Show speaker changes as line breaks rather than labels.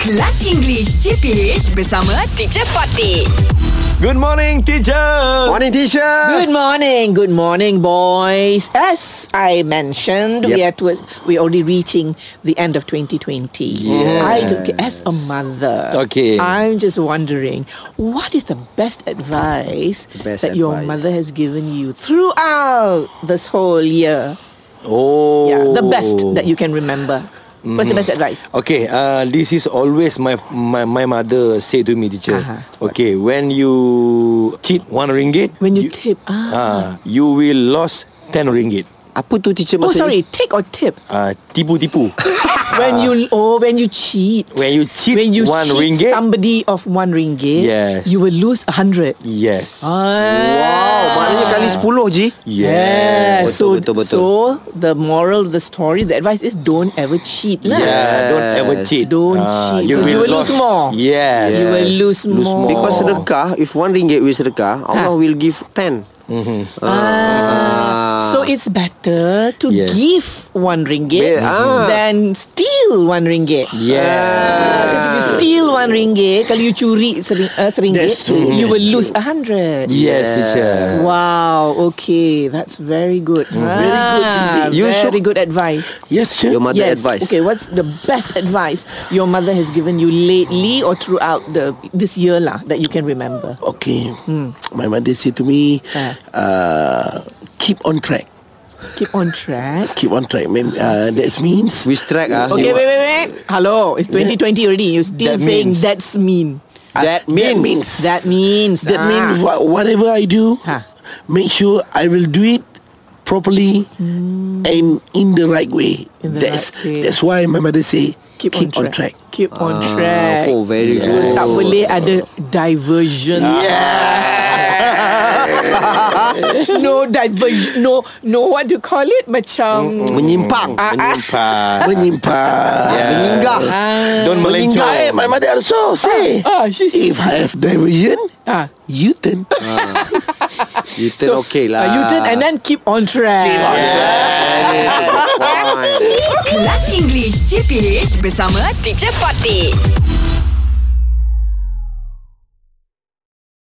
Kelas English JPH bersama Teacher Fatih.
Good morning, teacher.
Morning teacher
Good morning, good morning, boys. As I mentioned, we are
Yep.
towards, we're already reaching the end of 2020. I took as a mother.
Okay.
I'm just wondering, what is the best advice
best
that your
advice.
mother has given you throughout this whole year?
Oh.
Yeah, the best that you can remember. What's the best advice?
Okay, uh, this is always my my, my mother say to me, teacher.
Uh-huh.
Okay, when you cheat one ringgit,
When you, tip, ah,
uh, you will lost ten ringgit.
Apa tu teacher
oh
maksud
sorry, take or tip.
Uh, tipu tipu.
when you oh when you cheat
When you cheat
when you
one
cheat
ringgit.
somebody of one ringgit
Yes.
you will lose a hundred Ah.
yes.
Wow Maknanya
Uh.
kali 10 je
Yeah,
Betul,
so
betul, betul.
so the moral of the story, the advice is don't ever cheat lah.
Yeah, don't ever
Yes.
cheat.
Don't
Ah,
cheat. You will lose
lost-
more.
Yes.
You will lose,
Lose more.
more.
Because sedekah If one ringgit we sedekah
Ha.
Allah will give 10
Ah, so it's better to
Yes.
give one ringgit
Be- ah.
than steal one ringgit.
Yeah.
Because if you steal one ringgit, kalau you curi sering, uh, seringgit,
That's true.
you will
That's
lose a hundred.
Yes, teacher.
Wow, okay, that's very good. Very good.
You
very
should-
good advice.
Yes, sir.
Your mother
yes.
advice
Okay, what's the best advice your mother has given you lately or throughout the this year lah that you can remember?
Okay.
Hmm.
My mother said to me,
Ah.
uh, keep on track.
Keep on track.
Keep on track. Mem- Uh, that means
Which track ah
Okay, wait, wait, wait. Hello, it's 2020 already. You're still
That
saying
means-
that's mean.
That
that
means
means-
That means
that
ah.
means wha- whatever I do,
Ah.
make sure I will do it properly and in the right way.
In the
that's
right way.
that's why my mother say
keep, on, track. Keep on track.
Oh very
So
good
tak boleh ada diversion. no diversion. No, no what to call it macam
Mm,
Ah,
Menyimpang
Menyimpang.
Menyimpang.
Yeah.
Menyanggah
Don't melencong.
Menyanggah. My mother also say,
ah, she-
if I have diversion,
ah.
you turn.
You turn okay lah
uh, you turn and then keep on track.
Keep on track Good point.
Kelas English JPH bersama Teacher Fatih.